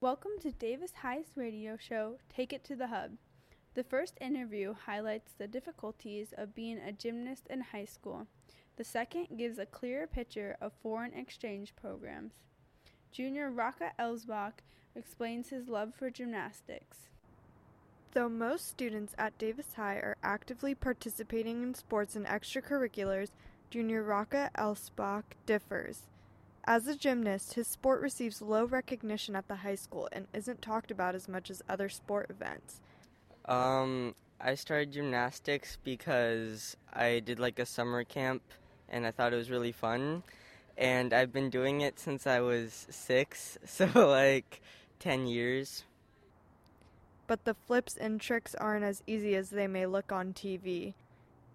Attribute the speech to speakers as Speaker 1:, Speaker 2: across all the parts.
Speaker 1: Welcome to Davis High's radio show, Take It to the Hub. The first interview highlights the difficulties of being a gymnast in high school. The second gives a clearer picture of foreign exchange programs. Junior Raka Elsbach explains his love for gymnastics.
Speaker 2: Though most students at Davis High are actively participating in sports and extracurriculars, Junior Raka Elsbach differs. As a gymnast, his sport receives low recognition at the high school and isn't talked about as much as other sport events.
Speaker 3: Um, I started gymnastics because I did like a summer camp and I thought it was really fun. And I've been doing it since I was six, so like 10 years.
Speaker 2: But the flips and tricks aren't as easy as they may look on TV.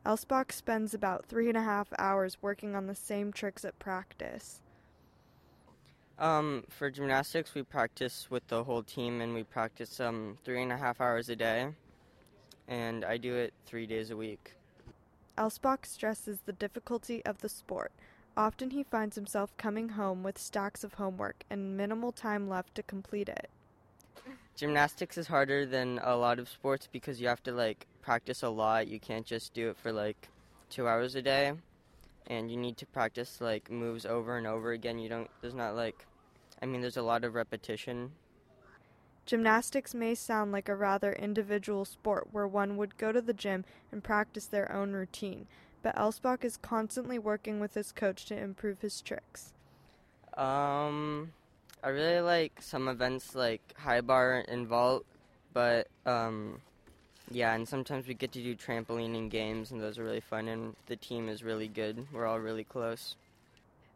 Speaker 2: Elsbach spends about three and a half hours working on the same tricks at practice.
Speaker 3: Um, for gymnastics, we practice with the whole team, and we practice um, three and a half hours a day, and I do it three days a week.
Speaker 2: Elsbach stresses the difficulty of the sport. Often he finds himself coming home with stacks of homework and minimal time left to complete it.
Speaker 3: Gymnastics is harder than a lot of sports because you have to like practice a lot. You can't just do it for like two hours a day, and you need to practice like moves over and over again. You don't. There's not like I mean, there's a lot of repetition.
Speaker 2: Gymnastics may sound like a rather individual sport where one would go to the gym and practice their own routine, but Elsbach is constantly working with his coach to improve his tricks.
Speaker 3: Um, I really like some events like high bar and vault, but um, yeah, and sometimes we get to do trampolining games, and those are really fun, and the team is really good. We're all really close.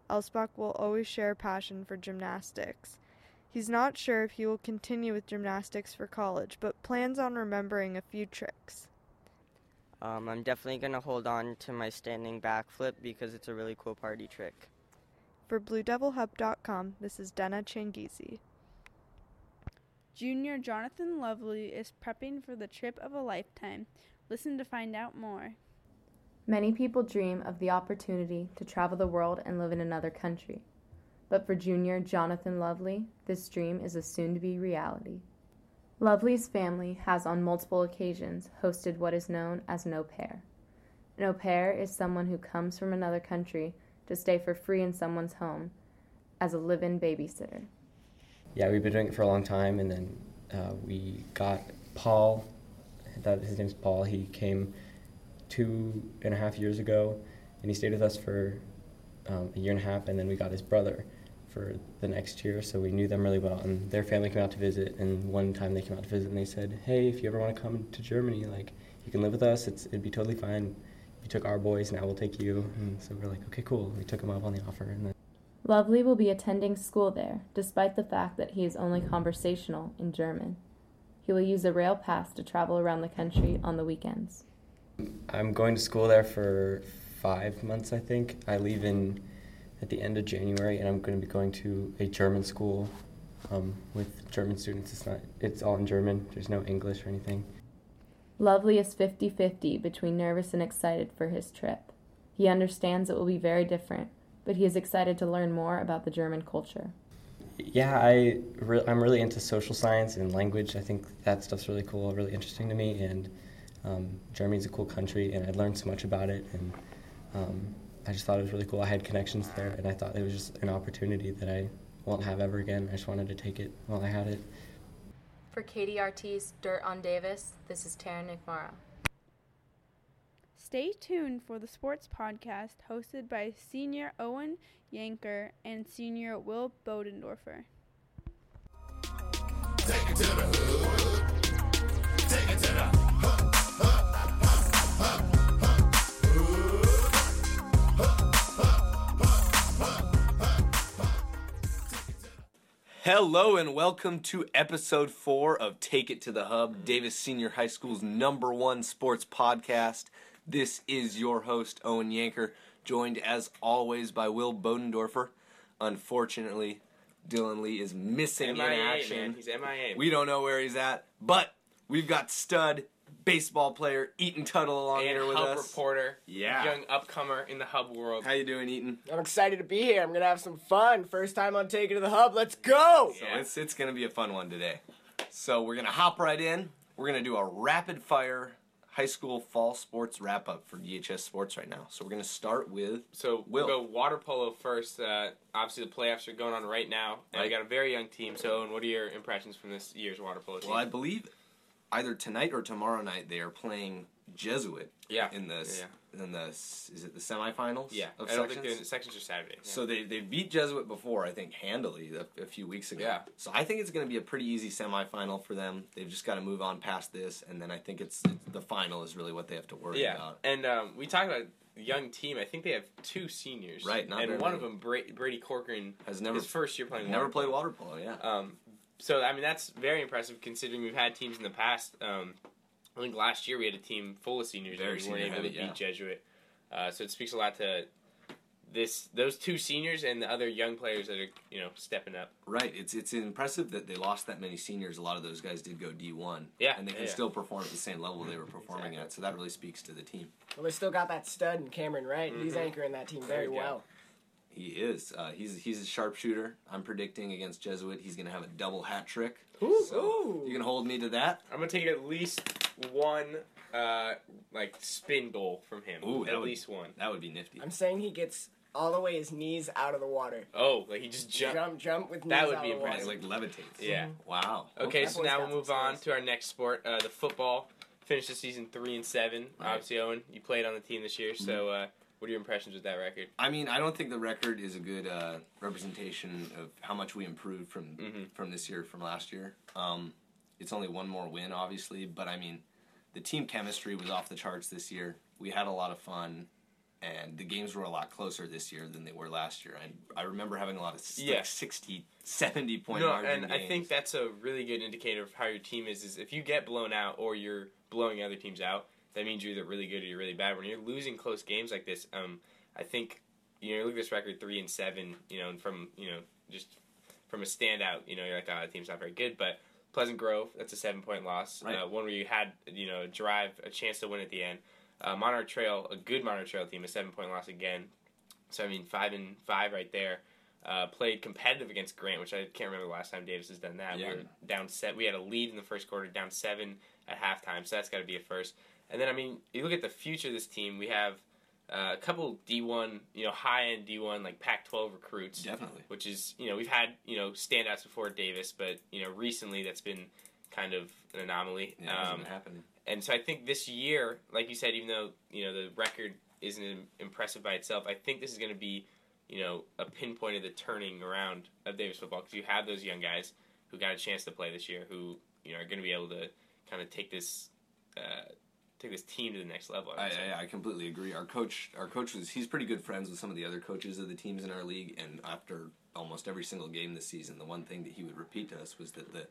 Speaker 2: Elsbach will always share a passion for gymnastics. He's not sure if he will continue with gymnastics for college, but plans on remembering a few tricks.
Speaker 3: Um, I'm definitely going to hold on to my standing backflip because it's a really cool party trick.
Speaker 2: For BlueDevilHub.com, this is Dana Changizi.
Speaker 1: Junior Jonathan Lovely is prepping for the trip of a lifetime. Listen to find out more.
Speaker 4: Many people dream of the opportunity to travel the world and live in another country. But for junior Jonathan Lovely, this dream is a soon to be reality. Lovely's family has on multiple occasions hosted what is known as an au pair. An au pair is someone who comes from another country to stay for free in someone's home as a live in babysitter.
Speaker 5: Yeah, we've been doing it for a long time, and then uh, we got Paul. That his name's Paul. He came two and a half years ago, and he stayed with us for um, a year and a half, and then we got his brother for the next year. So we knew them really well, and their family came out to visit. And one time they came out to visit, and they said, "Hey, if you ever want to come to Germany, like you can live with us. It's, it'd be totally fine. You took our boys, now we'll take you." And so we're like, "Okay, cool." We took him up on the offer, and then.
Speaker 4: Lovely will be attending school there, despite the fact that he is only conversational in German. He will use a rail pass to travel around the country on the weekends.
Speaker 5: I'm going to school there for five months, I think. I leave in at the end of January, and I'm going to be going to a German school um, with German students. It's not. It's all in German. There's no English or anything.
Speaker 4: Lovely is 50 50 between nervous and excited for his trip. He understands it will be very different, but he is excited to learn more about the German culture.
Speaker 5: Yeah, I re- I'm really into social science and language. I think that stuff's really cool, really interesting to me, and um, Germany's a cool country, and I learned so much about it, and um, I just thought it was really cool. I had connections there, and I thought it was just an opportunity that I won't have ever again. I just wanted to take it while I had it.
Speaker 4: For KDRT's Dirt on Davis, this is Taryn McMara.
Speaker 1: Stay tuned for the sports podcast hosted by senior Owen Yanker and senior Will Bodendorfer. Take it to the hood. Take it to the hood.
Speaker 6: Hello and welcome to episode four of Take It to the Hub, Davis Senior High School's number one sports podcast. This is your host, Owen Yanker, joined as always by Will Bodendorfer. Unfortunately, Dylan Lee is missing
Speaker 7: MIA,
Speaker 6: in action.
Speaker 7: man. He's MIA.
Speaker 6: We don't know where he's at, but we've got stud baseball player Eaton Tuttle along
Speaker 7: and
Speaker 6: here with
Speaker 7: hub
Speaker 6: us.
Speaker 7: reporter,
Speaker 6: Yeah.
Speaker 7: young upcomer in the hub world.
Speaker 6: How you doing, Eaton?
Speaker 8: I'm excited to be here. I'm gonna have some fun. First time on Taking to the Hub. Let's go!
Speaker 6: So it's it's gonna be a fun one today. So we're gonna hop right in. We're gonna do a rapid fire high school fall sports wrap up for DHS sports right now. So we're gonna start with
Speaker 7: So
Speaker 6: Will.
Speaker 7: we'll go water polo first. Uh, obviously, the playoffs are going on right now, and we
Speaker 6: Right.
Speaker 7: got a very young team. So, Owen, what are your impressions from this year's water polo team?
Speaker 6: well, I believe either tonight or tomorrow night they are playing Jesuit.
Speaker 7: Yeah.
Speaker 6: In this, in the s- is it the semifinals?
Speaker 7: yeah,
Speaker 6: Of
Speaker 7: I don't think
Speaker 6: sections?
Speaker 7: they're in sections are Saturday. Yeah.
Speaker 6: So they they beat Jesuit before, I think, handily a, a few weeks ago.
Speaker 7: Yeah.
Speaker 6: So I think it's going to be a pretty easy semifinal for them. They've just got to move on past this, and then I think it's the final is really what they have to worry
Speaker 7: yeah,
Speaker 6: about.
Speaker 7: and um, we talked about the young team. I think they have two seniors,
Speaker 6: Right, not
Speaker 7: and
Speaker 6: very
Speaker 7: one
Speaker 6: many.
Speaker 7: of them, Bra- Brady Corcoran,
Speaker 6: Has never
Speaker 7: his first year playing.
Speaker 6: never
Speaker 7: water
Speaker 6: played
Speaker 7: polo.
Speaker 6: water polo. Yeah.
Speaker 7: Um, so I mean that's very impressive considering we've had teams in the past. Um, I think last year we had a team full of seniors
Speaker 6: Very
Speaker 7: and we weren't able to
Speaker 6: senior-heavy, yeah.
Speaker 7: beat Jesuit. Uh, so it speaks a lot to this those two seniors and the other young players that are you know stepping up.
Speaker 6: Right. It's it's impressive that they lost that many seniors. A lot of those guys did go D one.
Speaker 7: Yeah,
Speaker 6: And they can
Speaker 7: yeah, yeah.
Speaker 6: still perform at the same level they were performing at. So that really speaks to the team.
Speaker 8: Well, they still got that stud in Cameron, right? He's
Speaker 7: Mhm.
Speaker 8: anchoring that team very
Speaker 7: There we go.
Speaker 8: well.
Speaker 6: He is. Uh, he's he's a sharpshooter. I'm predicting against Jesuit, he's going to have a double hat trick.
Speaker 8: Ooh,
Speaker 6: So
Speaker 8: ooh.
Speaker 6: you can hold me to that.
Speaker 7: I'm gonna take at least one uh, like spin goal from him.
Speaker 6: Ooh, that
Speaker 7: at
Speaker 6: would-
Speaker 7: least one.
Speaker 6: That would be nifty.
Speaker 8: I'm saying he gets all the way his knees out of the water.
Speaker 7: Oh, like he just
Speaker 8: Jump,
Speaker 7: jumped.
Speaker 8: jump, with knees
Speaker 7: That would
Speaker 8: out
Speaker 7: be
Speaker 8: of the
Speaker 6: Oh, Yeah,
Speaker 8: water.
Speaker 6: it, like levitates.
Speaker 7: Yeah.
Speaker 6: Wow.
Speaker 7: Okay,
Speaker 8: That
Speaker 7: so
Speaker 8: boy's
Speaker 7: now
Speaker 8: got
Speaker 7: we'll
Speaker 8: some
Speaker 7: move on
Speaker 8: skills.
Speaker 7: to our next sport, uh, the football. Finished the season three and seven.
Speaker 6: Right. Mm-hmm.
Speaker 7: Obviously, Owen, you played on the team this year, so uh, what are your impressions with that record?
Speaker 6: I mean, I don't think the record is a good uh, representation of how much we improved from
Speaker 7: Mhm.
Speaker 6: from this year from last year. Um, it's only one more win, obviously, but I mean, the team chemistry was off the charts this year. We had a lot of fun, and the games were a lot closer this year than they were last year. I I remember having a lot of s-
Speaker 7: Yeah.
Speaker 6: like 60, 70 point
Speaker 7: No,
Speaker 6: margin
Speaker 7: and I
Speaker 6: games.
Speaker 7: think that's a really good indicator of how your team is. Is if you get blown out or you're blowing other teams out, that means you're either really good or you're really bad. When you're losing close games like this, um, I think you know look at this record three and seven. You know, and from you know just from a standout, you know, you're like, oh, that team's not very good. But Pleasant Grove, that's a seven point loss.
Speaker 6: Right.
Speaker 7: Uh, one where you had you know a drive, a chance to win at the end. Uh, Monterey Trail, a good Monterey Trail team, a seven point loss again. So I mean, five and five right there. Uh, played competitive against Grant, which I can't remember the last time Davis has done that.
Speaker 6: Yeah.
Speaker 7: We were down set. We had a lead in the first quarter, down seven at halftime. So that's got to be a first. And then I mean, you look at the future of this team. We have uh, a couple D one, you know, high end D one like Pac twelve recruits
Speaker 6: definitely.
Speaker 7: which is you know we've had you know standouts before at Davis, but you know recently that's been kind of an anomaly.
Speaker 6: Yeah, it hasn't
Speaker 7: um,
Speaker 6: been happening.
Speaker 7: and so I think this year, like you said, even though you know the record isn't im- impressive by itself, I think this is going to be you know a pinpoint of the turning around of Davis football because you have those young guys who got a chance to play this year who you know are going to be able to kind of take this. Uh, Take this team to the next level. I
Speaker 6: I,
Speaker 7: would say.
Speaker 6: I, I completely agree. Our coach, our coach was he's pretty good friends with some of the other coaches of the teams in our league, and after almost every single game this season, the one thing that he would repeat to us was that the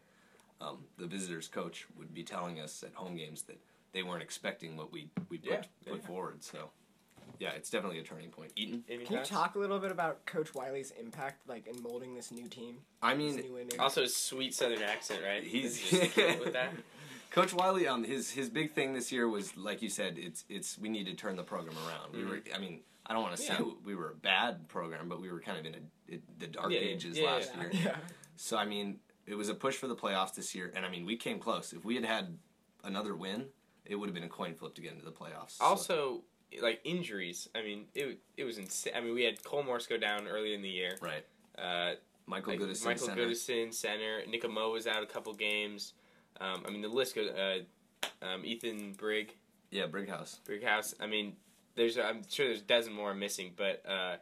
Speaker 6: um, the visitors coach would be telling us at home games that they weren't expecting what we we put,
Speaker 7: Yeah,
Speaker 6: put
Speaker 7: yeah.
Speaker 6: forward. So, yeah, it's definitely a turning point. Eaton,
Speaker 7: Any
Speaker 8: Can you
Speaker 7: thoughts?
Speaker 8: talk a little bit about Coach Wiley's impact, like in molding this new team?
Speaker 6: I
Speaker 8: this
Speaker 6: mean,
Speaker 8: new image?
Speaker 7: Also, his sweet Southern accent, right?
Speaker 6: He's-
Speaker 7: just killing it with that.
Speaker 6: Coach Wiley, um, his his big thing this year was like you said, it's it's we need to turn the program around. We were, I mean, I don't want to say
Speaker 7: Mm-hmm. Yeah.
Speaker 6: we were a bad program, but we were kind of in a, it, the dark
Speaker 7: Yeah, yeah,
Speaker 6: ages
Speaker 7: yeah,
Speaker 6: last
Speaker 7: yeah.
Speaker 6: year.
Speaker 8: yeah.
Speaker 6: So I mean, it was a push for the playoffs this year, and I mean, we came close. If we had had another win, it would have been a coin flip to get into the playoffs. So-
Speaker 7: Also, like injuries. I mean, it it was insane. I mean, we had Cole Morse go down early in the year.
Speaker 6: right?
Speaker 7: Uh,
Speaker 6: Michael
Speaker 7: like,
Speaker 6: Goodison,
Speaker 7: Michael
Speaker 6: center.
Speaker 7: Goodison, center. Nicomo was out a couple games. Um, I mean, the list goes. Uh, um, Ethan Brigg,
Speaker 6: yeah, Brighouse.
Speaker 7: Brighouse. I mean, there's. I'm sure there's a dozen more I'm missing, but. Uh,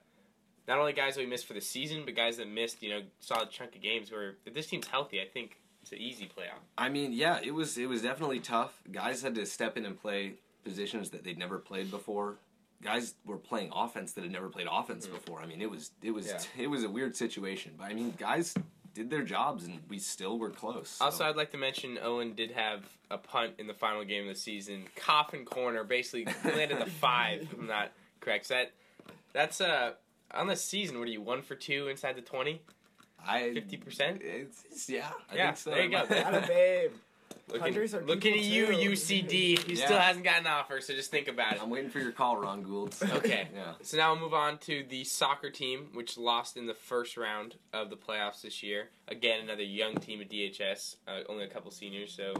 Speaker 7: not only guys that we missed for the season, but guys that missed, you know, solid chunk of games. Where if this team's healthy, I think it's an easy playoff.
Speaker 6: I mean, yeah, it was it was definitely tough. Guys had to step in and play positions that they'd never played before. Guys were playing offense that had never played offense before. I mean, it was it was
Speaker 7: Mm. Yeah.
Speaker 6: it was a weird situation, but I mean, guys did their jobs and we still were close. so-
Speaker 7: Also, I'd like to mention Owen did have a punt in the final game of the season. Coffin corner basically landed the five. If I'm not correct. So that that's uh on the season. What are you one for two inside the twenty?
Speaker 6: I
Speaker 7: 50%?
Speaker 6: It's it's- yeah, I
Speaker 7: Yeah,
Speaker 6: think so.
Speaker 7: there you go.
Speaker 8: Got a babe.
Speaker 7: Looking,
Speaker 8: Hunters are
Speaker 7: looking at
Speaker 8: people
Speaker 7: you,
Speaker 8: too.
Speaker 7: UCD, who
Speaker 6: Yeah.
Speaker 7: still hasn't got an offer, so just think about it.
Speaker 6: I'm waiting for your call, Ron Gould.
Speaker 7: Okay.
Speaker 6: Yeah.
Speaker 7: So now we'll move on to the soccer team, which lost in the first round of the playoffs this year. Again, another young team at DHS, uh, only a couple seniors. So,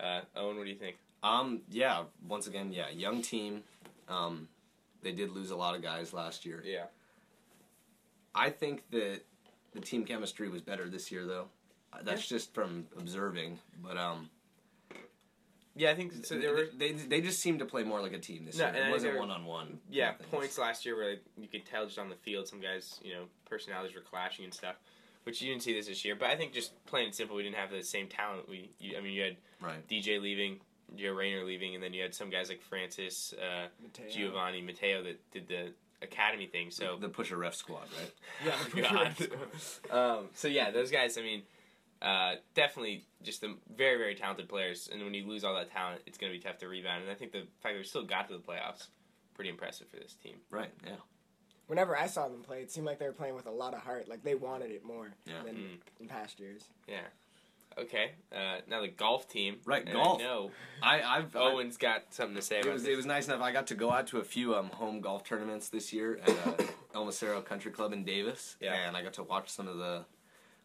Speaker 7: uh, Owen, what do you think?
Speaker 6: Um. Yeah. Once again, yeah. Young team. Um, they did lose a lot of guys last year.
Speaker 7: Yeah.
Speaker 6: I think that the team chemistry was better this year, though. Uh, That's just from observing, but um,
Speaker 7: Yeah, I think so. There were
Speaker 6: they, they they just seemed to play more like a team this
Speaker 7: No,
Speaker 6: year.
Speaker 7: and I
Speaker 6: It
Speaker 7: think
Speaker 6: wasn't
Speaker 7: they were-
Speaker 6: one on one.
Speaker 7: yeah points last year where like, you could tell just on the field some guys you know personalities were clashing and stuff, which you didn't see this this year. But I think just plain and simple, we didn't have the same talent. We you, I mean you had
Speaker 6: Right.
Speaker 7: DJ leaving, Joe Rayner leaving, and then you had some guys like Francis, uh,
Speaker 8: Mateo.
Speaker 7: Giovanni, Mateo that did the academy thing. So
Speaker 6: The pusher ref squad, right?
Speaker 8: Yeah, the
Speaker 7: God.
Speaker 8: pusher
Speaker 7: um, so yeah, those guys. I mean, uh, definitely just the very very talented players. And when you lose all that talent, it's going to be tough to rebound. And I think the fact that we still got to the playoffs, pretty impressive for this team.
Speaker 6: Right. Yeah.
Speaker 8: Whenever I saw them play, it seemed like they were playing with a lot of heart. Like they wanted it more
Speaker 6: Yeah.
Speaker 8: than
Speaker 7: Mm.
Speaker 8: in past years.
Speaker 7: Okay, uh, now the golf team.
Speaker 6: Right,
Speaker 7: And
Speaker 6: golf.
Speaker 7: I know
Speaker 6: I I've I-
Speaker 7: Owen's got something to say
Speaker 6: It
Speaker 7: about
Speaker 6: was,
Speaker 7: this.
Speaker 6: it was nice enough. I got to go out to a few um, home golf tournaments this year at uh, El Macero Country Club in Davis,
Speaker 7: Yeah.
Speaker 6: and I got to watch some of the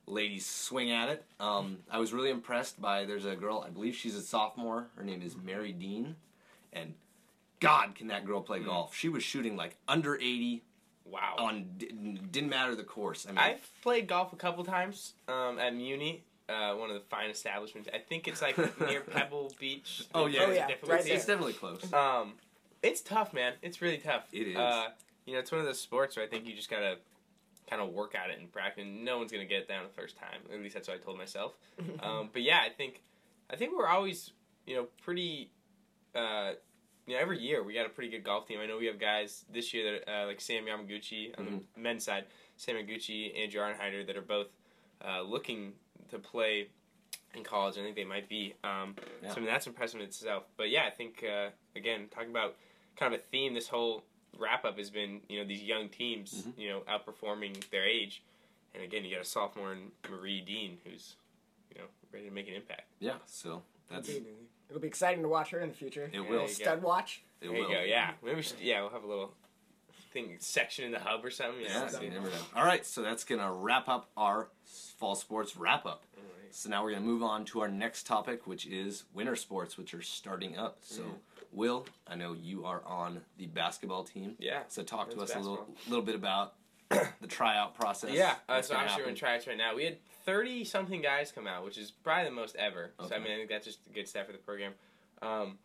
Speaker 6: ladies swing at it. Um, I was really impressed by there's a girl. I believe she's a sophomore. Her name is Mary Dean, and God, can that girl play golf? She was shooting like under eighty
Speaker 7: wow.
Speaker 6: on didn't didn't matter the course. I mean,
Speaker 7: I've played golf a couple times um, at Muni. Uh, one of the fine establishments. I think it's like near Pebble Beach.
Speaker 6: Oh, yeah.
Speaker 7: There's a
Speaker 8: Oh, yeah,
Speaker 7: different-
Speaker 8: right
Speaker 6: it's, it's definitely close.
Speaker 7: Um, it's tough, man. It's really tough.
Speaker 6: It is.
Speaker 7: Uh, you know, it's one of those sports where I think you just gotta kind of work at it and practice. No one's gonna get it down the first time. At least that's what I told myself. um, but yeah, I think I think we're always you know pretty. Uh, you know, every year we got a pretty good golf team. I know we have guys this year that uh, like Sam Yamaguchi on the
Speaker 6: Mm-hmm.
Speaker 7: men's side, Sam Yamaguchi, Andrew Arnheider that are both uh, looking to play in college. I think they might be. Um,
Speaker 6: Yeah.
Speaker 7: So I mean, that's impressive in itself. But yeah, I think uh, again talking about kind of a theme this whole wrap up has been you know these young teams you know outperforming their age, and again you got a sophomore in Marie Dean who's you know ready to make an impact.
Speaker 6: yeah, so that's it.
Speaker 8: It'll be exciting to watch her in the future.
Speaker 6: It will.
Speaker 8: Stud watch.
Speaker 7: there
Speaker 6: will.
Speaker 7: you go. Yeah, maybe we should. Yeah, we'll have a little thing section in the hub or something.
Speaker 6: Yeah,
Speaker 7: Yeah.
Speaker 6: you never know. All right, so that's gonna wrap up our fall sports wrap up. So now we're gonna move on to our next topic, which is winter sports, which are starting up. So,
Speaker 7: Mm.
Speaker 6: Will, I know you are on the basketball team.
Speaker 7: Yeah,
Speaker 6: So talk to
Speaker 7: men's
Speaker 6: us a little little bit about the tryout process.
Speaker 7: Yeah, uh,
Speaker 6: what's
Speaker 7: so
Speaker 6: gonna
Speaker 7: obviously we're
Speaker 6: happen.
Speaker 7: in tryouts right now. We had thirty something guys come out, which is probably the most ever. So I
Speaker 6: Okay.
Speaker 7: mean, I think that's just a good step for the program. Um,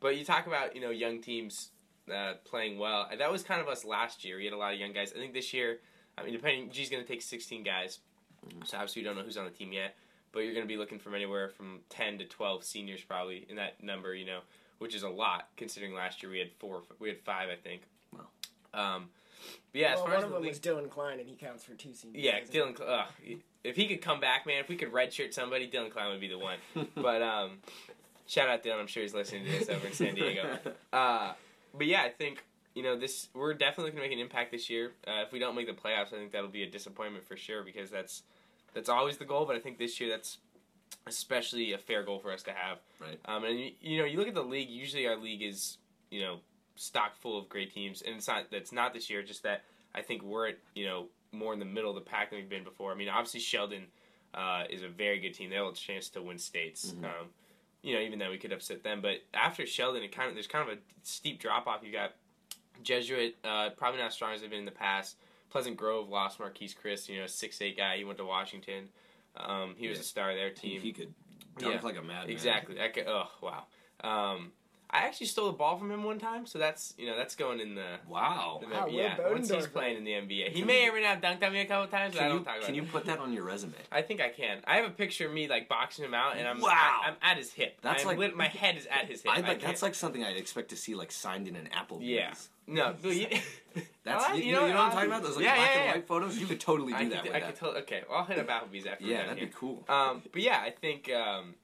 Speaker 7: but you talk about you know young teams uh, playing well. And That was kind of us last year. We had a lot of young guys. I think this year, I mean, depending, G's going to take sixteen guys.
Speaker 6: Mm-hmm.
Speaker 7: So obviously we don't know who's on the team yet, but you're going to be looking from anywhere from ten to twelve seniors probably in that number. You know, which is a lot considering last year we had four, we had five, I think.
Speaker 6: Wow.
Speaker 7: Um, but yeah, as
Speaker 8: well,
Speaker 7: far
Speaker 8: one
Speaker 7: as
Speaker 8: of
Speaker 7: the
Speaker 8: them
Speaker 7: league-
Speaker 8: was Dylan Klein, and he counts for two seniors.
Speaker 7: yeah,
Speaker 8: doesn't he?
Speaker 7: Dylan. Cl- Ugh. If he could come back, man, if we could redshirt somebody, Dylan Klein would be the one. But um, shout out Dylan. I'm sure he's listening to this over in San Diego. Uh, but yeah, I think you know this. We're definitely going to make an impact this year. Uh, if we don't make the playoffs, I think that'll be a disappointment for sure because that's that's always the goal. But I think this year that's especially a fair goal for us to have.
Speaker 6: Right.
Speaker 7: Um, and you, you know, you look at the league. Usually, our league is you know stock full of great teams, and it's not that's not this year. Just that I think we're at you know more in the middle of the pack than we've been before. I mean, obviously Sheldon uh, is a very good team. They'll have a chance to win states.
Speaker 6: Mm-hmm.
Speaker 7: Um, you know, even though we could upset them, but after Sheldon, it kind of there's kind of a steep drop off. You got Jesuit, uh, probably not as strong as they've been in the past. Pleasant Grove lost Marquise Chris, you know, six eight guy. He went to Washington. Um, he was
Speaker 6: Yeah.
Speaker 7: a star of their team.
Speaker 6: If you could dunk
Speaker 7: Yeah.
Speaker 6: like a madman.
Speaker 7: Exactly. That could, oh wow. Um, I actually stole a ball from him one time, so that's you know that's going in the.
Speaker 6: Wow.
Speaker 7: the
Speaker 8: Wow, Will
Speaker 7: yeah, once he's
Speaker 8: Bodendorfer.
Speaker 7: playing in the NBA, he may or may not have dunked on me a couple times, but I
Speaker 6: Can
Speaker 7: don't
Speaker 6: you,
Speaker 7: talk about
Speaker 6: can
Speaker 7: it.
Speaker 6: you put that on your resume?
Speaker 7: I think I can. I have a picture of me like boxing him out, and I'm
Speaker 6: Wow.
Speaker 7: I, am at his hip.
Speaker 6: That's
Speaker 7: I'm
Speaker 6: like-
Speaker 7: lit- my head is at his hip.
Speaker 6: I,
Speaker 7: I
Speaker 6: bet that's
Speaker 7: can't-
Speaker 6: like something I'd expect to see like signed in an Applebee's.
Speaker 7: yeah. No, but you,
Speaker 6: That's
Speaker 7: Alright,
Speaker 6: you,
Speaker 7: you
Speaker 6: know,
Speaker 7: know,
Speaker 6: you know what I'm
Speaker 7: I'll-
Speaker 6: talking about? Those like
Speaker 7: yeah,
Speaker 6: black
Speaker 7: yeah,
Speaker 6: and
Speaker 7: yeah.
Speaker 6: white photos. You could totally do
Speaker 7: I
Speaker 6: that
Speaker 7: could,
Speaker 6: with
Speaker 7: I
Speaker 6: that.
Speaker 7: could tell, okay, well, I'll hit up Applebee's after. we're
Speaker 6: yeah,
Speaker 7: done
Speaker 6: that'd
Speaker 7: here.
Speaker 6: be cool.
Speaker 7: Um, but yeah, I think um,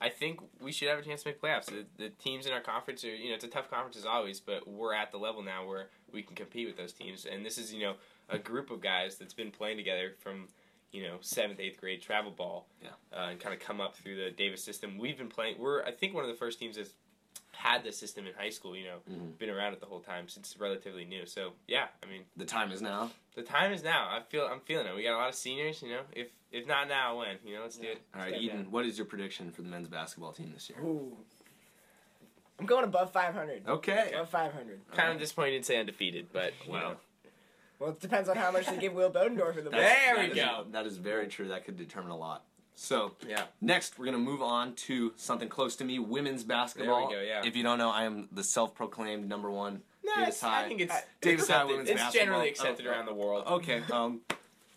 Speaker 7: I think we should have a chance to make playoffs. The, the teams in our conference are you know it's a tough conference as always, but we're at the level now where we can compete with those teams. And this is you know a group of guys that's been playing together from you know seventh eighth grade travel ball
Speaker 6: Yeah.
Speaker 7: uh, and kind of come up through the Davis system. We've been playing. We're I think one of the first teams that's had this system in high school. You know,
Speaker 6: Mhm.
Speaker 7: been around it the whole time since it's relatively new. So yeah, I mean
Speaker 6: The time is now.
Speaker 7: the time is now. I feel I'm feeling it. We got a lot of seniors. You know, if if not now, when? You know, let's do it.
Speaker 6: All right,
Speaker 7: Let's do it.
Speaker 6: Eden, what is your prediction for the men's basketball team this year?
Speaker 8: Ooh. I'm going above 500.
Speaker 7: Oh,
Speaker 6: Okay.
Speaker 8: Above 500.
Speaker 7: Kind of disappointed you didn't say undefeated, but you
Speaker 6: Wow.
Speaker 7: know.
Speaker 8: Well, it depends on how much they give Will Bodendorf in the
Speaker 6: That's-
Speaker 7: There
Speaker 6: that
Speaker 7: we
Speaker 6: is-
Speaker 7: go.
Speaker 6: That is very true. That could determine a lot. So
Speaker 7: Yeah.
Speaker 6: next we're gonna move on to something close to me, women's basketball.
Speaker 7: go, yeah.
Speaker 6: If you don't know, I am the self-proclaimed number one.
Speaker 7: No,
Speaker 6: Davis
Speaker 7: it's-
Speaker 6: High.
Speaker 7: I think it's
Speaker 6: Davis
Speaker 7: it's
Speaker 6: High
Speaker 7: accepted-
Speaker 6: women's
Speaker 7: It's
Speaker 6: basketball.
Speaker 7: generally accepted
Speaker 6: Oh,
Speaker 7: around the world.
Speaker 6: Okay. Um,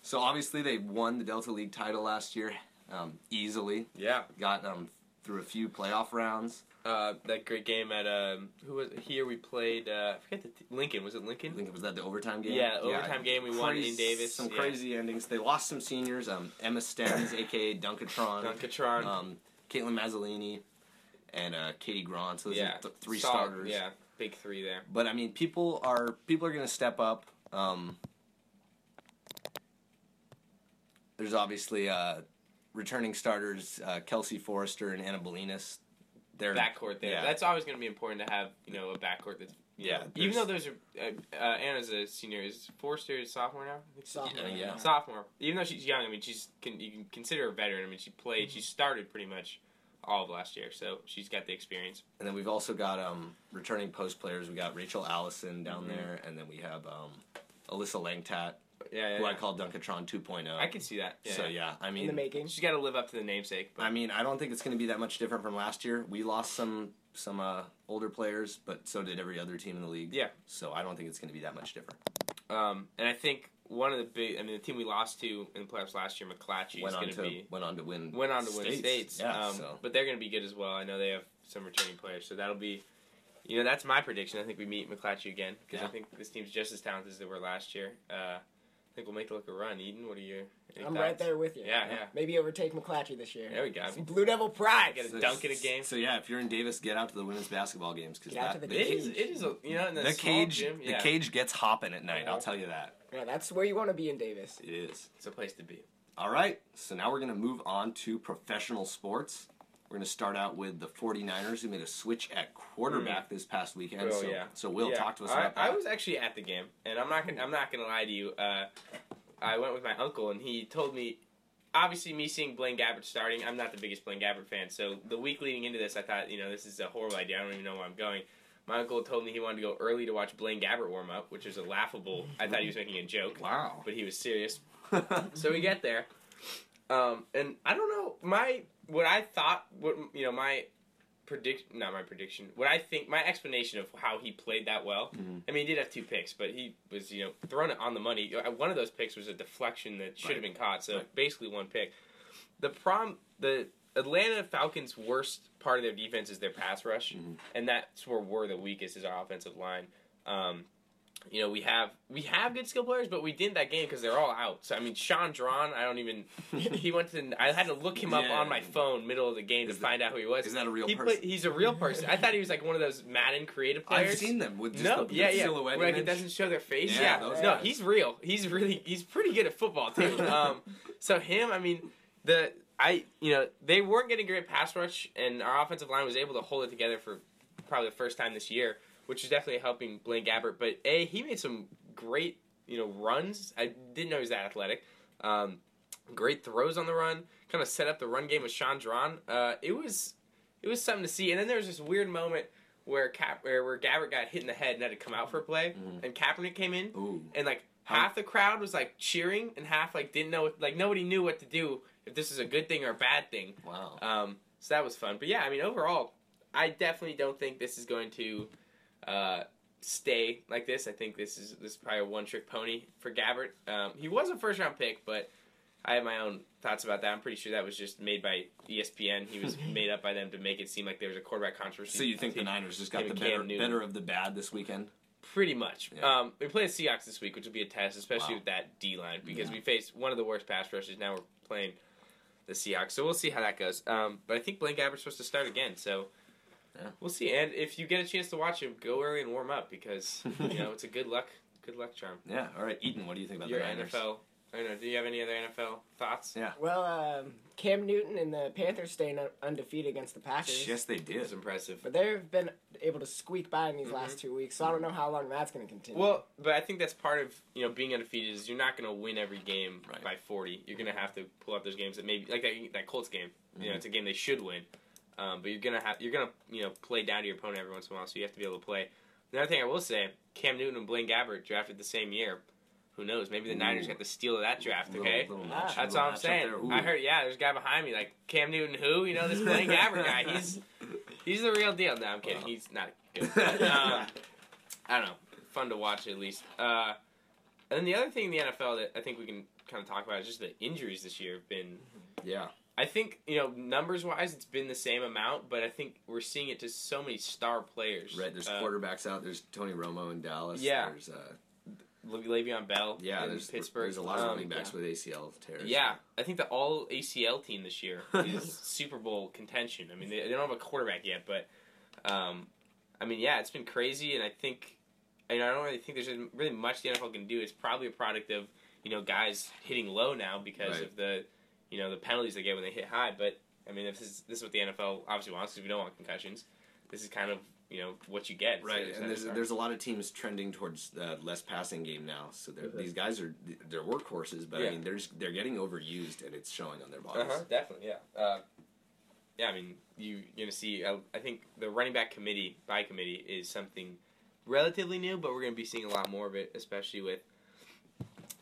Speaker 6: so obviously they won the Delta League title last year um, easily.
Speaker 7: Yeah.
Speaker 6: Got um, through a few playoff rounds.
Speaker 7: Uh, that great game at um, who was here? We played. Uh, I forget the t- Lincoln. Was it
Speaker 6: I
Speaker 7: Lincoln?
Speaker 6: think it was that the overtime game.
Speaker 7: Yeah, overtime game we won in Davis,
Speaker 6: Some
Speaker 7: yeah.
Speaker 6: crazy endings. They lost some seniors. Um, Emma Stens, aka Dunkatron.
Speaker 7: Dunkatron.
Speaker 6: Um, Caitlin Mazzolini, and uh, Katie Grant. So those
Speaker 7: yeah.
Speaker 6: are th- three
Speaker 7: Solid,
Speaker 6: starters.
Speaker 7: Yeah. Big three there.
Speaker 6: But I mean, people are people are gonna step up. Um, there's obviously uh, returning starters uh, Kelsey Forrester and Anna Bolinas. They're
Speaker 7: Backcourt there.
Speaker 6: Yeah.
Speaker 7: That's always going to be important to have. You know, a backcourt that's. you
Speaker 6: Yeah,
Speaker 7: know,
Speaker 6: there's-
Speaker 7: even though those are uh, uh, Anna's a senior, is Forster a sophomore now? I think so.
Speaker 8: Sophomore.
Speaker 6: Yeah, yeah.
Speaker 7: Sophomore. Even though she's young, I mean, she's can you can consider her a veteran. I mean, she played.
Speaker 6: Mm-hmm.
Speaker 7: She started pretty much all of last year, so she's got the experience.
Speaker 6: and then we've also got um, returning post players. We got Rachel Allison down
Speaker 7: Mhm.
Speaker 6: there, and then we have um, Alyssa Langtat,
Speaker 7: Yeah. yeah,
Speaker 6: who I
Speaker 7: yeah.
Speaker 6: call Dunkatron 2.0.
Speaker 7: I can see that. Yeah,
Speaker 6: so
Speaker 7: yeah.
Speaker 6: yeah, I
Speaker 8: in the
Speaker 6: mean,
Speaker 8: making.
Speaker 7: She's got to live up to the namesake. But
Speaker 6: I mean, I don't think it's going to be that much different from last year. We lost some some uh, older players, but so did every other team in the league.
Speaker 7: Yeah.
Speaker 6: So I don't think it's going to be that much different.
Speaker 7: Um, and I think one of the big, I mean, the team we lost to in the playoffs last year, McClatchy, is
Speaker 6: went on
Speaker 7: going
Speaker 6: to
Speaker 7: to be
Speaker 6: went on to win.
Speaker 7: went on to win states.
Speaker 6: Yeah.
Speaker 7: um,
Speaker 6: so
Speaker 7: But they're going to be good as well. I know they have some returning players, so that'll be, you know, that's my prediction. I think we meet McClatchy again because
Speaker 6: Yeah.
Speaker 7: I think this team's just as talented as they were last year. Uh, I think we'll make a look a run. Eden, what are your? any
Speaker 8: I'm
Speaker 7: thoughts?
Speaker 8: right there with you.
Speaker 7: Yeah, yeah.
Speaker 8: Maybe overtake McClatchy this year.
Speaker 7: There we go.
Speaker 8: Some Blue Devil pride.
Speaker 7: Get a dunk in a game.
Speaker 6: So yeah, if you're in Davis, get out to the women's basketball games because
Speaker 8: Get out
Speaker 6: that
Speaker 8: to the
Speaker 7: It
Speaker 6: they-
Speaker 7: is. It is. A, you know, in
Speaker 6: the,
Speaker 7: that small
Speaker 6: cage
Speaker 7: Gym, yeah,
Speaker 6: the cage gets hopping at night. I'll tell you that
Speaker 8: Yeah, that's where you want to be in Davis.
Speaker 6: it is.
Speaker 7: It's a place to be.
Speaker 6: All right, so now we're going to move on to professional sports. We're going to start out with the 49ers who made a switch at quarterback this past weekend.
Speaker 7: Oh,
Speaker 6: so,
Speaker 7: yeah.
Speaker 6: so Will,
Speaker 7: Yeah,
Speaker 6: talk to us
Speaker 7: I,
Speaker 6: about that.
Speaker 7: I was actually at the game, and I'm not gonna, I'm not gonna lie to you. Uh, I went with my uncle, and he told me. Obviously, me seeing Blaine Gabbert starting, I'm not the biggest Blaine Gabbert fan. So the week leading into this, I thought, you know, this is a horrible idea. I don't even know where I'm going. My uncle told me he wanted to go early to watch Blaine Gabbert warm up, which is a laughable. I thought he was making a joke,
Speaker 6: wow.
Speaker 7: but he was serious. So we get there, um, and I don't know my what I thought. What you know my predict not my prediction. What I think my explanation of how he played that well.
Speaker 6: Mhm.
Speaker 7: I mean, he did have two picks, but he was you know thrown it on the money. Uh, One of those picks was a deflection that should have been caught. So basically one pick. The prom the Atlanta Falcons' worst part of their defense is their pass rush,
Speaker 6: Mhm.
Speaker 7: and that's where we're the weakest is our offensive line. Um, you know, we have we have good skill players, but we didn't that game because they're all out. So I mean, Sean Drawn, I don't even. He went to. I had to look him up
Speaker 6: Yeah.
Speaker 7: on my phone middle of the game
Speaker 6: Is
Speaker 7: to
Speaker 6: that-
Speaker 7: find out who he was.
Speaker 6: is that a real
Speaker 7: He
Speaker 6: person?
Speaker 7: play- he's a real person. I thought he was like one of those Madden creative players.
Speaker 6: I've seen them with just
Speaker 7: no,
Speaker 6: the,
Speaker 7: yeah,
Speaker 6: the
Speaker 7: yeah.
Speaker 6: silhouette.
Speaker 7: Where, like, it
Speaker 6: image.
Speaker 7: doesn't show their face.
Speaker 6: Yeah,
Speaker 7: Yeah,
Speaker 6: those
Speaker 7: no,
Speaker 6: guys.
Speaker 7: he's real. He's really he's pretty good at football too. um, so him, I mean, the I you know they weren't getting great pass rush, and our offensive line was able to hold it together for probably the first time this year, which is definitely helping Blaine Gabbert. But a he made some great you know runs. I didn't know he was that athletic. Um, great throws on the run. Kind of set up the run game with Chandron. Uh, it was it was something to see. And then there was this weird moment where Cap where, where Gabbert got hit in the head and had to come out for a play,
Speaker 6: Mhm.
Speaker 7: and Kaepernick came in
Speaker 6: Ooh.
Speaker 7: and like
Speaker 6: How-
Speaker 7: half the crowd was like cheering and half like didn't know like nobody knew what to do if this is a good thing or a bad thing.
Speaker 6: Wow.
Speaker 7: Um, so that was fun. But yeah, I mean, overall, I definitely don't think this is going to uh, stay like this. I think this is this is probably a one trick pony for Gabbert. Um, he was a first round pick, but I have my own thoughts about that. I'm pretty sure that was just made by E ESPN. He was made up by them to make it seem like there was a quarterback controversy.
Speaker 6: so you think the Niners just got
Speaker 7: Cam
Speaker 6: the better,
Speaker 7: Newton.
Speaker 6: better of the bad this weekend?
Speaker 7: Pretty much.
Speaker 6: Yeah.
Speaker 7: Um, we play the Seahawks this week, which will be a test, especially
Speaker 6: Wow.
Speaker 7: with that D line, because
Speaker 6: Yeah.
Speaker 7: we faced one of the worst pass rushes. Now we're playing the Seahawks, so we'll see how that goes. Um, but I think Blaine Gabbert's supposed to start again, so
Speaker 6: Yeah.
Speaker 7: we'll see. And if you get a chance to watch him, go early and warm up because you know it's a good luck, good luck charm.
Speaker 6: Yeah. All right, Eaton, what do you think about
Speaker 7: Your
Speaker 6: the Niners?
Speaker 7: NFL I don't know. Do you have any other NFL thoughts?
Speaker 6: Yeah.
Speaker 8: Well, um, Cam Newton and the Panthers staying un- undefeated against the Packers.
Speaker 6: Yes, they
Speaker 7: It was
Speaker 6: did.
Speaker 7: impressive.
Speaker 8: But they've been able to squeak by in these last two weeks, so I don't know how long that's going to continue.
Speaker 7: Mm-hmm. Well, but I think that's part of you know being undefeated is you're not going to win every game
Speaker 6: Right.
Speaker 7: by 40. You're going to have to pull out those games that maybe like that, that Colts game. You
Speaker 6: Mm-hmm.
Speaker 7: know, it's a game they should win, um, but you're gonna have you're gonna you know play down to your opponent every once in a while, so you have to be able to play. Another thing I will say, Cam Newton and Blaine Gabbert drafted the same year. Who knows? Maybe the Niners
Speaker 6: Ooh.
Speaker 7: got the steal of that draft. Okay,
Speaker 6: Little- little
Speaker 8: Ah.
Speaker 6: match-
Speaker 7: that's
Speaker 6: little
Speaker 7: all I'm
Speaker 6: matchup
Speaker 7: saying.
Speaker 6: there. Ooh.
Speaker 7: I heard, yeah, there's a guy behind me, like Cam Newton, who you know this Blaine Gabbert guy. He's he's the real deal. No, I'm kidding.
Speaker 6: Wow.
Speaker 7: He's not good. um, I don't know. Fun to watch at least. Uh, and then the other thing in the NFL that I think we can kind of talk about is just the injuries this year have been.
Speaker 6: yeah.
Speaker 7: I think you know numbers wise, it's been the same amount, but I think we're seeing it to so many star players.
Speaker 6: Right. There's
Speaker 7: Uh,
Speaker 6: quarterbacks out. There's Tony Romo in Dallas.
Speaker 7: Yeah.
Speaker 6: There's uh,
Speaker 7: Le- Le'Veon Bell.
Speaker 6: yeah.
Speaker 7: in
Speaker 6: There's
Speaker 7: Pittsburgh.
Speaker 6: There's a lot of
Speaker 7: Um,
Speaker 6: running backs with ACL tears.
Speaker 7: Yeah, I think the all ACL team this year is Super Bowl contention. I mean, they, they don't have a quarterback yet, but um, I mean, yeah, it's been crazy, and I think, and I don't really think there's really much the NFL can do. It's probably a product of you know guys hitting low now because
Speaker 6: Right.
Speaker 7: of the you know the penalties they get when they hit high. But I mean, if this is this is what the NFL obviously wants because we don't want concussions. This is kind of you know what you get. It's the
Speaker 6: Right,
Speaker 7: other side
Speaker 6: and
Speaker 7: of
Speaker 6: there's
Speaker 7: the
Speaker 6: there's a lot of teams trending towards uh, less passing game now. So they're, these guys are they're workhorses, but
Speaker 7: Mm-hmm. Yeah.
Speaker 6: I mean they're just, they're getting overused, and it's showing on their bodies.
Speaker 7: Uh-huh, definitely, yeah. Uh, yeah, I mean, you, you're going to see, I, I think the running back committee, by committee, is something relatively new, but we're going to be seeing a lot more of it, especially with,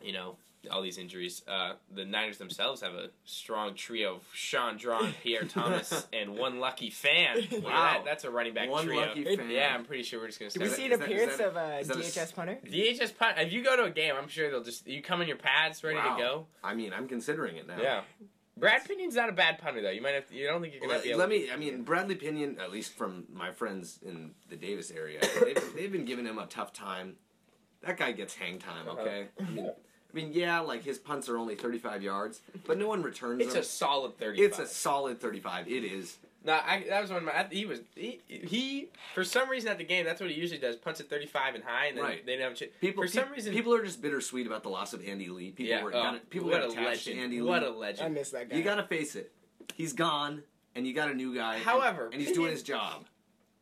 Speaker 7: you know, all these injuries. Uh, the Niners themselves have a strong trio of Sean Drawn, Pierre Thomas, and one lucky fan. Look at
Speaker 6: Wow.
Speaker 7: that. That's a running back
Speaker 6: One
Speaker 7: trio.
Speaker 6: lucky fan.
Speaker 7: Yeah, I'm pretty sure we're just going to
Speaker 8: Did
Speaker 7: start
Speaker 8: we
Speaker 6: Is
Speaker 8: see
Speaker 6: that-
Speaker 8: an
Speaker 6: is that-
Speaker 8: appearance
Speaker 6: is that-
Speaker 8: of uh, a
Speaker 6: is that a s-
Speaker 8: DHS punter?
Speaker 7: DHS punt. If you go to a game, I'm sure they'll just you come in your pads ready
Speaker 6: Wow.
Speaker 7: to go.
Speaker 6: I mean, I'm considering it now.
Speaker 7: Yeah. Brad Pinion's not a bad punter though. You might have. To, you don't think you're gonna
Speaker 6: Let,
Speaker 7: be able
Speaker 6: let me. I mean, Bradley Pinion, at least from my friends in the Davis area, they've, they've been giving him a tough time. That guy gets hang time.
Speaker 7: Uh-huh.
Speaker 6: Okay. I mean, I mean, yeah, like his punts are only 35 yards, but no one returns
Speaker 7: It's
Speaker 6: them.
Speaker 7: a solid thirty.
Speaker 6: it's a solid 35. It is.
Speaker 7: no. I, that was one. Of my, I- he was he, he for some reason at the game. That's what he usually does. Punts at thirty five and high, and then
Speaker 6: Right.
Speaker 7: they didn't have a chance.
Speaker 6: People
Speaker 7: for some
Speaker 6: pe-
Speaker 7: reason
Speaker 6: people are just bittersweet about the loss of Andy Lee. People
Speaker 7: yeah.
Speaker 6: were
Speaker 7: oh,
Speaker 6: gotta, people
Speaker 7: what
Speaker 6: got
Speaker 7: a
Speaker 6: attached to
Speaker 7: legend.
Speaker 6: Andy
Speaker 7: what
Speaker 6: Lee.
Speaker 7: a
Speaker 8: I
Speaker 7: legend.
Speaker 8: miss that guy.
Speaker 6: you got to face it. He's gone, and you got a new guy. and-
Speaker 7: However,
Speaker 6: and, he's doing
Speaker 7: Pinyon-
Speaker 6: his job.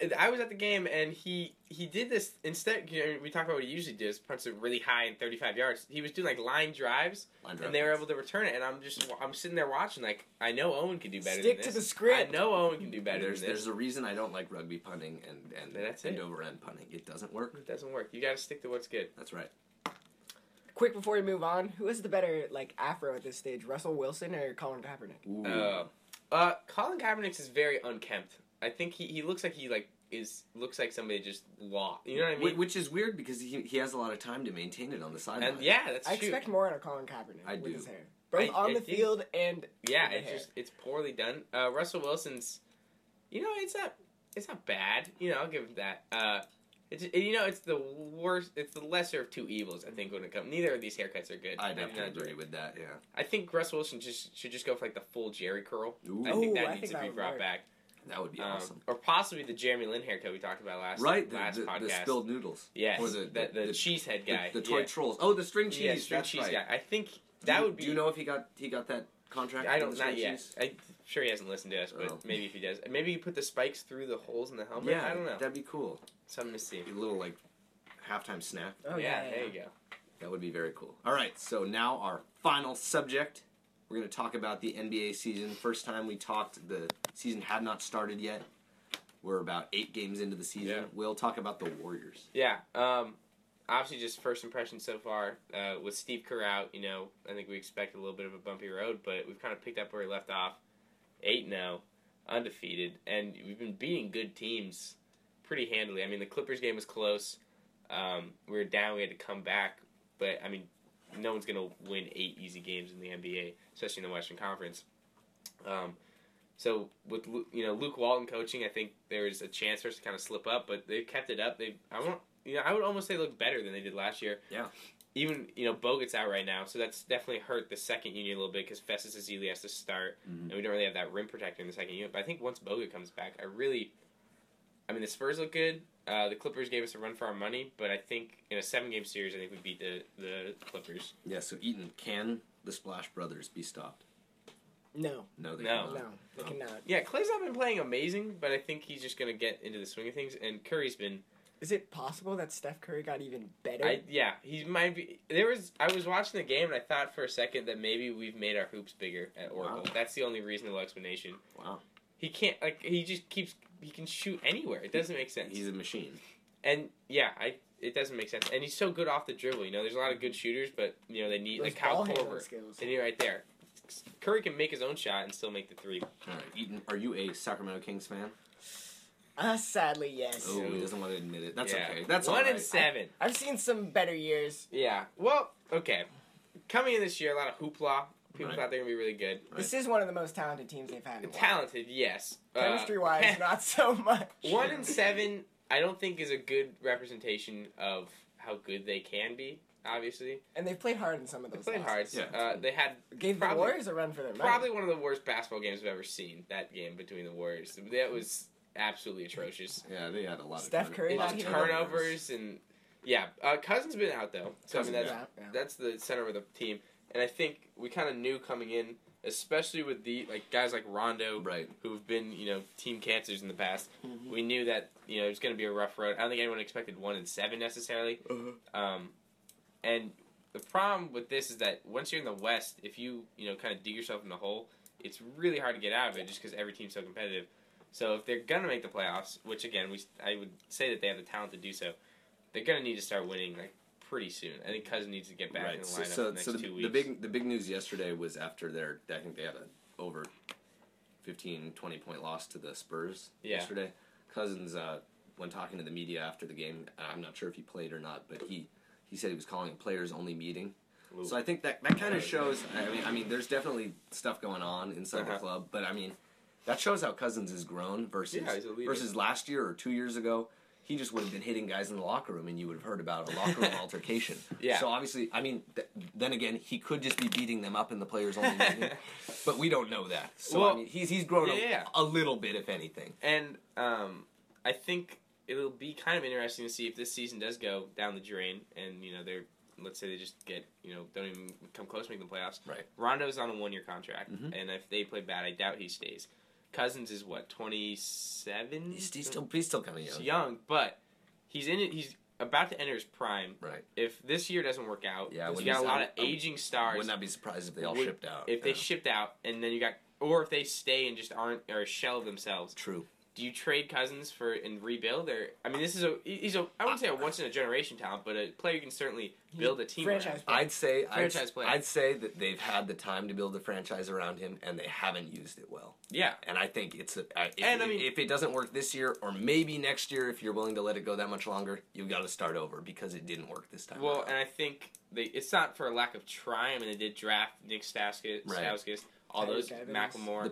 Speaker 7: And I was at the game and he he did this instead. You know, we talk about what he usually does. Punts it really high and thirty five yards. He was doing like line drives,
Speaker 6: Line drive
Speaker 7: and they were
Speaker 6: punts.
Speaker 7: able to return it. And I'm just I'm sitting there watching like I know Owen can do better.
Speaker 8: Stick
Speaker 7: than
Speaker 8: to
Speaker 7: this.
Speaker 8: the script.
Speaker 7: I know Owen can do better.
Speaker 6: There's
Speaker 7: than this.
Speaker 6: there's a reason I don't like rugby punting and and
Speaker 7: That's
Speaker 6: end
Speaker 7: it.
Speaker 6: over end punting. It doesn't work.
Speaker 7: It doesn't work. You got to stick to what's good.
Speaker 6: That's right.
Speaker 8: Quick before we move on, who is the better like afro at this stage, Russell Wilson or Colin Kaepernick?
Speaker 6: Ooh.
Speaker 7: Uh, uh, Colin Kaepernick is very unkempt. I think he, he looks like he like is looks like somebody just lost. You know what I
Speaker 6: Wh-
Speaker 7: mean?
Speaker 6: Which is weird because he, he has a lot of time to maintain it on the sideline.
Speaker 7: and yeah, that's
Speaker 8: I
Speaker 7: true.
Speaker 8: expect more out of Colin Kaepernick
Speaker 6: I
Speaker 8: with
Speaker 6: do.
Speaker 8: his hair, both
Speaker 7: I-
Speaker 8: on
Speaker 7: I
Speaker 8: the
Speaker 7: think-
Speaker 8: field and
Speaker 7: yeah,
Speaker 8: with the
Speaker 7: it's
Speaker 8: hair.
Speaker 7: just it's poorly done. Uh, Russell Wilson's, you know, it's not it's not bad. You know, I'll give him that. Uh, it's you know, it's the worst. It's the lesser of two evils. I think when it comes, neither of these haircuts are good.
Speaker 6: I'd
Speaker 7: do
Speaker 6: have to
Speaker 7: not
Speaker 6: agree with that. Yeah,
Speaker 7: I think Russell Wilson just should just go for like the full Jerry curl.
Speaker 6: Ooh.
Speaker 7: I think
Speaker 8: Ooh,
Speaker 7: that
Speaker 8: I
Speaker 7: needs
Speaker 8: think
Speaker 7: to
Speaker 8: that
Speaker 7: be
Speaker 8: would
Speaker 7: brought
Speaker 8: work.
Speaker 7: back.
Speaker 6: that would be
Speaker 7: Um,
Speaker 6: awesemy.
Speaker 7: Or possibly the Jeremy Lin haircut we talked about last
Speaker 6: Right, the,
Speaker 7: last
Speaker 6: the,
Speaker 7: podcast.
Speaker 6: the spilled noodles.
Speaker 7: yes,
Speaker 6: or the-
Speaker 7: the, the,
Speaker 6: the-
Speaker 7: cheesehead
Speaker 6: The-
Speaker 7: guy,
Speaker 6: the, toy
Speaker 7: yeah.
Speaker 6: trolls. Oh, the string cheese.
Speaker 7: yeah, string
Speaker 6: that's
Speaker 7: cheese
Speaker 6: right.
Speaker 7: guy. I think
Speaker 6: Do
Speaker 7: that
Speaker 6: you-
Speaker 7: would be.
Speaker 6: Do you know if he got he got that contract?
Speaker 7: I
Speaker 6: for
Speaker 7: don't
Speaker 6: the
Speaker 7: not
Speaker 6: string
Speaker 7: yet.
Speaker 6: cheese?
Speaker 7: I'm sure he hasn't listened to us, but
Speaker 6: Oh.
Speaker 7: maybe if he does, maybe he put the spikes through the holes in the helmet.
Speaker 6: Yeah,
Speaker 7: I don't know.
Speaker 6: That'd be cool.
Speaker 7: Something to see.
Speaker 6: A little like halftime snack.
Speaker 8: oh,
Speaker 7: yeah, there you go.
Speaker 6: That would be very cool. All right, so now our final subject. We're going to talk about the NBA season. First time we talked, the season had not started yet. We're about eight games into the season.
Speaker 7: Yeah.
Speaker 6: We'll talk about the Warriors.
Speaker 7: Yeah. Um, obviously, just first impression so far uh, with Steve Kerr out. You know, I think we expected a little bit of a bumpy road, but we've kind of picked up where we left off. Eight zero, undefeated, and we've been beating good teams pretty handily. I mean, the Clippers game was close. Um, we were down. We had to come back, but I mean, no one's gonna win eight easy games in the NBA, especially in the Western Conference. Um, so with Lu- you know Luke Walton coaching, I think there was a chance for us to kind of slip up, but they've kept it up. They I want you know I would almost say look better than they did last year.
Speaker 6: Yeah.
Speaker 7: Even you know Bogut's out right now, so that's definitely hurt the second unit a little bit because Festus Ezeli has to start,
Speaker 6: Mhm.
Speaker 7: and we don't really have that rim protector in the second unit. But I think once Bogut comes back, I really, I mean the Spurs look good. Uh, Uh, the Clippers gave us a run for our money, but I think in a seven game series, I think we beat the, the Clippers.
Speaker 6: Yeah, so Eaton, can the Splash Brothers be stopped?
Speaker 8: No,
Speaker 6: No, they
Speaker 7: No.
Speaker 6: cannot.
Speaker 8: no, they cannot.
Speaker 7: Yeah, Clay's not been playing amazing, but I think he's just going to get into the swing of things. And Curry's been
Speaker 8: Is it possible that Steph Curry got even better?
Speaker 7: I yeah, he might be. There was I was watching the game and I thought for a second that maybe we've made our hoops bigger at Oracle.
Speaker 6: Wow.
Speaker 7: That's the only reasonable explanation.
Speaker 6: Wow.
Speaker 7: He can't like he just keeps he can shoot anywhere. It doesn't make sense.
Speaker 6: He's a machine.
Speaker 7: and yeah, I it doesn't make sense. And he's so good off the dribble. You know, there's a lot of good shooters, but you know they need
Speaker 8: Those
Speaker 7: like Kyle
Speaker 8: ball handling
Speaker 7: Korver.
Speaker 8: skills.
Speaker 7: They need right there. Curry can make his own shot and still make the three.
Speaker 6: All right, Eaton, are you a Sacramento Kings fan?
Speaker 8: Uh, sadly, yes.
Speaker 6: Oh, he doesn't want to admit it. That's
Speaker 7: Yeah.
Speaker 6: okay. That's
Speaker 7: one
Speaker 6: all right.
Speaker 7: and seven.
Speaker 8: I've seen some better years.
Speaker 7: Yeah. Well, okay. Coming in this year, a lot of hoopla. People
Speaker 6: Right.
Speaker 7: thought they were gonna be really good.
Speaker 8: This is one of the most talented teams they've had. In a while.
Speaker 7: Talented, yes. Uh,
Speaker 8: Chemistry wise, not so much.
Speaker 7: One in seven, I don't think is a good representation of how good they can be. Obviously,
Speaker 8: And they've played hard in some of
Speaker 7: they
Speaker 8: those.
Speaker 7: played hard.
Speaker 8: losses.
Speaker 6: Yeah.
Speaker 7: Uh, they had
Speaker 8: Gave
Speaker 7: Probably-
Speaker 8: the Warriors a run for their money.
Speaker 7: probably one of the worst basketball games I've ever seen. That game between the Warriors, that was absolutely atrocious.
Speaker 6: Yeah, they had a lot
Speaker 8: Steph
Speaker 6: of turn-
Speaker 8: Curry
Speaker 6: a lot
Speaker 8: not
Speaker 6: of
Speaker 8: here.
Speaker 7: Turnovers and yeah, uh, Cousins been out though. So I
Speaker 6: Cousins,
Speaker 7: mean, that's
Speaker 8: Yeah, yeah.
Speaker 7: that's the center of the team, and I think we kind of knew coming in, especially with the like guys like Rondo,
Speaker 6: Right.
Speaker 7: who've been you know team cancers in the past.
Speaker 8: Mhm.
Speaker 7: We knew that you know it was going to be a rough road. I don't think anyone expected one and seven necessarily. Um, and the problem with this is that once you're in the West, if you you know kind of dig yourself in the hole, it's really hard to get out of it just because every team's so competitive. So if they're gonna make the playoffs, which again we I would say that they have the talent to do so, they're gonna need to start winning like pretty soon. I think Cousins needs to get back in
Speaker 6: Right.
Speaker 7: the
Speaker 6: So,
Speaker 7: lineup
Speaker 6: so,
Speaker 7: in the next
Speaker 6: so the,
Speaker 7: two
Speaker 6: the
Speaker 7: weeks.
Speaker 6: big the big news yesterday was after their I think they had a over 15, 20 point loss to the Spurs
Speaker 7: Yeah.
Speaker 6: yesterday. Cousins, uh, when talking to the media after the game, and I'm not sure if he played or not, but he he said he was calling a players only meeting.
Speaker 7: Ooh.
Speaker 6: So I think that that kind
Speaker 7: Yeah.
Speaker 6: of shows. I mean, I mean, there's definitely stuff going on inside
Speaker 7: Uh-huh.
Speaker 6: the club, but I mean, that shows how Cousins has grown versus
Speaker 7: Yeah, he's a leader.
Speaker 6: versus last year or two years ago. He just would have been hitting guys in the locker room, and you would have heard about a locker room altercation.
Speaker 7: Yeah.
Speaker 6: So obviously, I mean, th- then again, he could just be beating them up in the players only meeting, but we don't know that. So I
Speaker 7: Well,
Speaker 6: mean, he's he's grown a-
Speaker 7: yeah.
Speaker 6: a little bit, if anything.
Speaker 7: And um, I think it'll be kind of interesting to see if this season does go down the drain, and you know they're let's say they just get you know don't even come close to making the playoffs.
Speaker 6: Right.
Speaker 7: Rondo's on a one year contract,
Speaker 6: Mhm.
Speaker 7: and if they play bad, I doubt he stays. Cousins is what twenty seven.
Speaker 6: He's, he's still he's still kind of
Speaker 7: He's
Speaker 6: young.
Speaker 7: young, but he's in it. He's about to enter his prime.
Speaker 6: Right.
Speaker 7: If this year doesn't work out,
Speaker 6: Yeah, I
Speaker 7: you
Speaker 6: wouldn't
Speaker 7: got a
Speaker 6: be-
Speaker 7: lot of
Speaker 6: I would-
Speaker 7: aging stars.
Speaker 6: Would not be surprised if they all
Speaker 7: Would-
Speaker 6: shipped out.
Speaker 7: if they
Speaker 6: Yeah.
Speaker 7: shipped out, and then you got, or if they stay and just aren't or shell of themselves,
Speaker 6: true.
Speaker 7: do you trade Cousins for and rebuild? Or I mean, this is a he's a I wouldn't say a once in a generation talent, but a player you can certainly build a team around.
Speaker 8: franchise.
Speaker 6: I'd say
Speaker 7: Franchise
Speaker 6: I'd,
Speaker 7: player.
Speaker 6: I'd say that they've had the time to build a franchise around him, and they haven't used it well.
Speaker 7: Yeah,
Speaker 6: And I think it's a, I- if,
Speaker 7: And, I mean-
Speaker 6: if it doesn't work this year, or maybe next year, if you're willing to let it go that much longer, you've got to start over because it didn't work this time.
Speaker 7: well,
Speaker 6: around.
Speaker 7: and I think they it's not for a lack of try. I mean, they did draft Nick Stauskas,
Speaker 6: Right.
Speaker 7: Stauskas all those
Speaker 8: Tyreek Evans.
Speaker 7: Macklemore.